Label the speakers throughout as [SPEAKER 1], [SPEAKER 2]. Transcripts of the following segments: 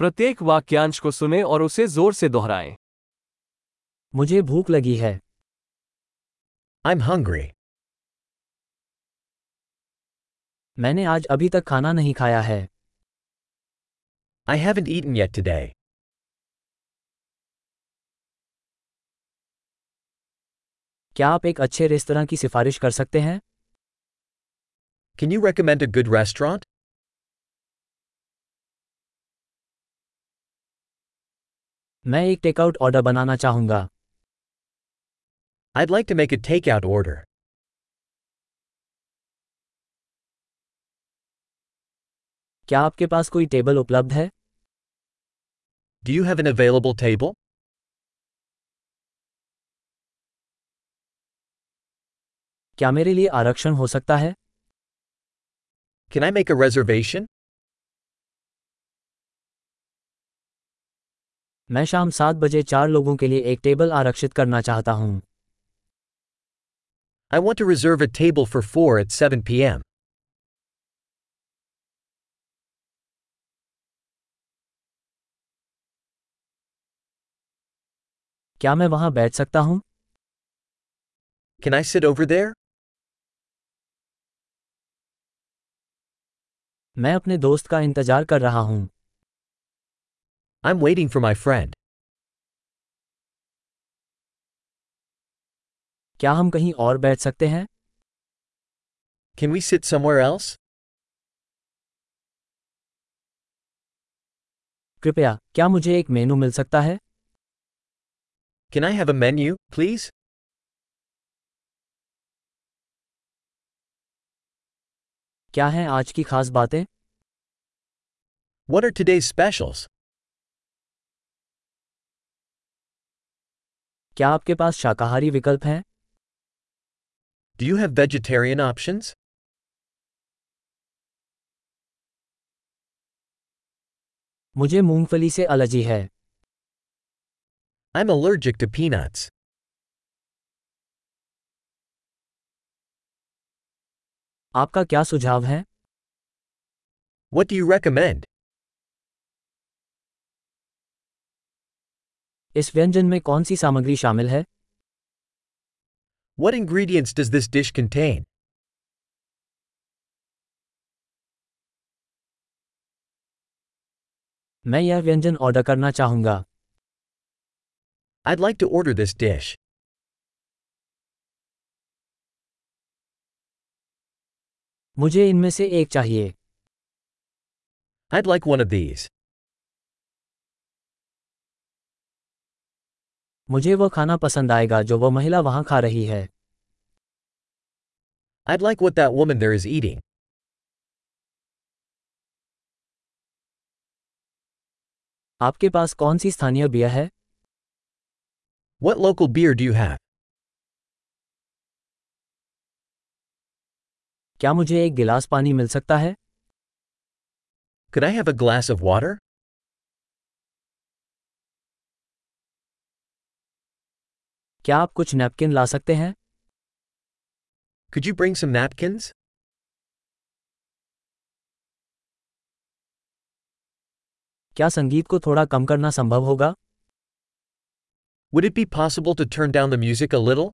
[SPEAKER 1] प्रत्येक वाक्यांश को सुने और उसे जोर से दोहराएं
[SPEAKER 2] मुझे भूख लगी है
[SPEAKER 3] I'm hungry.
[SPEAKER 2] मैंने आज अभी तक खाना नहीं खाया है
[SPEAKER 3] I haven't eaten yet today.
[SPEAKER 2] क्या आप एक अच्छे रेस्तरा की सिफारिश कर सकते हैं
[SPEAKER 3] Can you recommend a good restaurant?
[SPEAKER 2] मैं एक टेकआउट ऑर्डर बनाना चाहूँगा
[SPEAKER 3] I'd like to make a takeout order.
[SPEAKER 2] क्या आपके पास कोई टेबल उपलब्ध है
[SPEAKER 3] Do you have an available table?
[SPEAKER 2] क्या मेरे लिए आरक्षण हो सकता है
[SPEAKER 3] Can I make a reservation?
[SPEAKER 2] मैं शाम सात बजे चार लोगों के लिए एक टेबल आरक्षित करना चाहता हूँ
[SPEAKER 3] I want to reserve a table for 4 at 7 p.m.
[SPEAKER 2] क्या मैं वहाँ बैठ सकता हूँ
[SPEAKER 3] Can I sit over there?
[SPEAKER 2] मैं अपने दोस्त का इंतजार कर रहा हूँ
[SPEAKER 3] I'm waiting for my friend.
[SPEAKER 2] क्या हम कहीं और बैठ सकते हैं
[SPEAKER 3] Can we sit somewhere else?
[SPEAKER 2] कृपया क्या मुझे एक मेनू मिल सकता है
[SPEAKER 3] Can I have a menu, please?
[SPEAKER 2] क्या हैं आज की खास बातें
[SPEAKER 3] What are today's specials?
[SPEAKER 2] क्या आपके पास शाकाहारी विकल्प हैं
[SPEAKER 3] Do you have vegetarian options?
[SPEAKER 2] मुझे मूंगफली से एलर्जी है
[SPEAKER 3] I'm allergic to peanuts.
[SPEAKER 2] आपका क्या सुझाव है
[SPEAKER 3] What do you recommend?
[SPEAKER 2] इस व्यंजन में कौन सी सामग्री शामिल है
[SPEAKER 3] What ingredients does this dish contain?
[SPEAKER 2] मैं यह व्यंजन ऑर्डर करना चाहूँगा
[SPEAKER 3] I'd like to order this dish.
[SPEAKER 2] मुझे इनमें से एक चाहिए
[SPEAKER 3] I'd like one of these.
[SPEAKER 2] मुझे वह खाना पसंद आएगा जो वह महिला वहाँ खा रही है
[SPEAKER 3] I'd like what that woman there is eating.
[SPEAKER 2] आपके पास कौन सी स्थानीय बियर है
[SPEAKER 3] What local beer do you have?
[SPEAKER 2] क्या मुझे एक गिलास पानी मिल सकता है
[SPEAKER 3] Could I have a glass of water?
[SPEAKER 2] क्या आप कुछ नैपकिन ला सकते हैं
[SPEAKER 3] Could you bring some napkins?
[SPEAKER 2] क्या संगीत को थोड़ा कम करना संभव होगा
[SPEAKER 3] Would it be possible to turn down the music a little?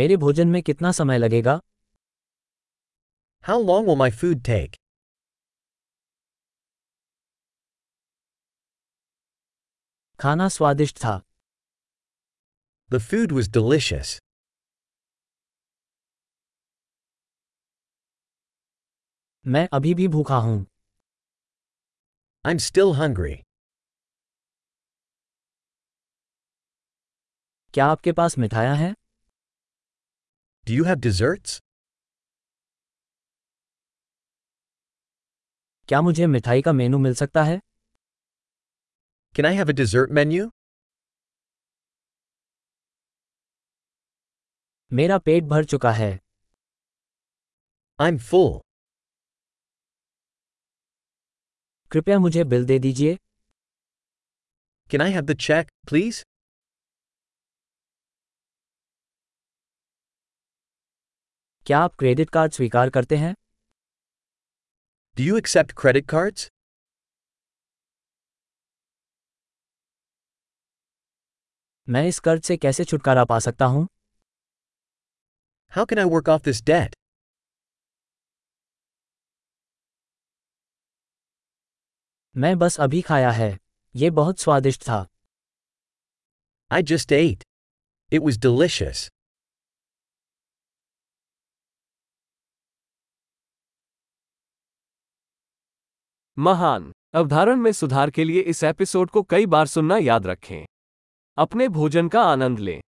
[SPEAKER 2] मेरे भोजन में कितना समय लगेगा
[SPEAKER 3] How long will my food take?
[SPEAKER 2] खाना स्वादिष्ट था
[SPEAKER 3] The food was delicious.
[SPEAKER 2] मैं अभी भी भूखा हूँ
[SPEAKER 3] I'm still hungry.
[SPEAKER 2] क्या आपके पास मिठाइयाँ हैं
[SPEAKER 3] Do you have desserts?
[SPEAKER 2] क्या मुझे मिठाई का मेनू मिल सकता है
[SPEAKER 3] Can I have a dessert menu?
[SPEAKER 2] मेरा पेट भर चुका है
[SPEAKER 3] I'm full.
[SPEAKER 2] कृपया मुझे बिल दे दीजिए
[SPEAKER 3] Can I have the check, please?
[SPEAKER 2] क्या आप क्रेडिट कार्ड स्वीकार करते हैं
[SPEAKER 3] Do you accept credit cards?
[SPEAKER 2] मैं इस कर्ज से कैसे छुटकारा पा सकता हूँ
[SPEAKER 3] How can I work off this debt?
[SPEAKER 2] मैं बस अभी खाया है ये बहुत स्वादिष्ट था
[SPEAKER 3] I just ate. It was delicious.
[SPEAKER 1] महान अवधारण में सुधार के लिए इस एपिसोड को कई बार सुनना याद रखें अपने भोजन का आनंद लें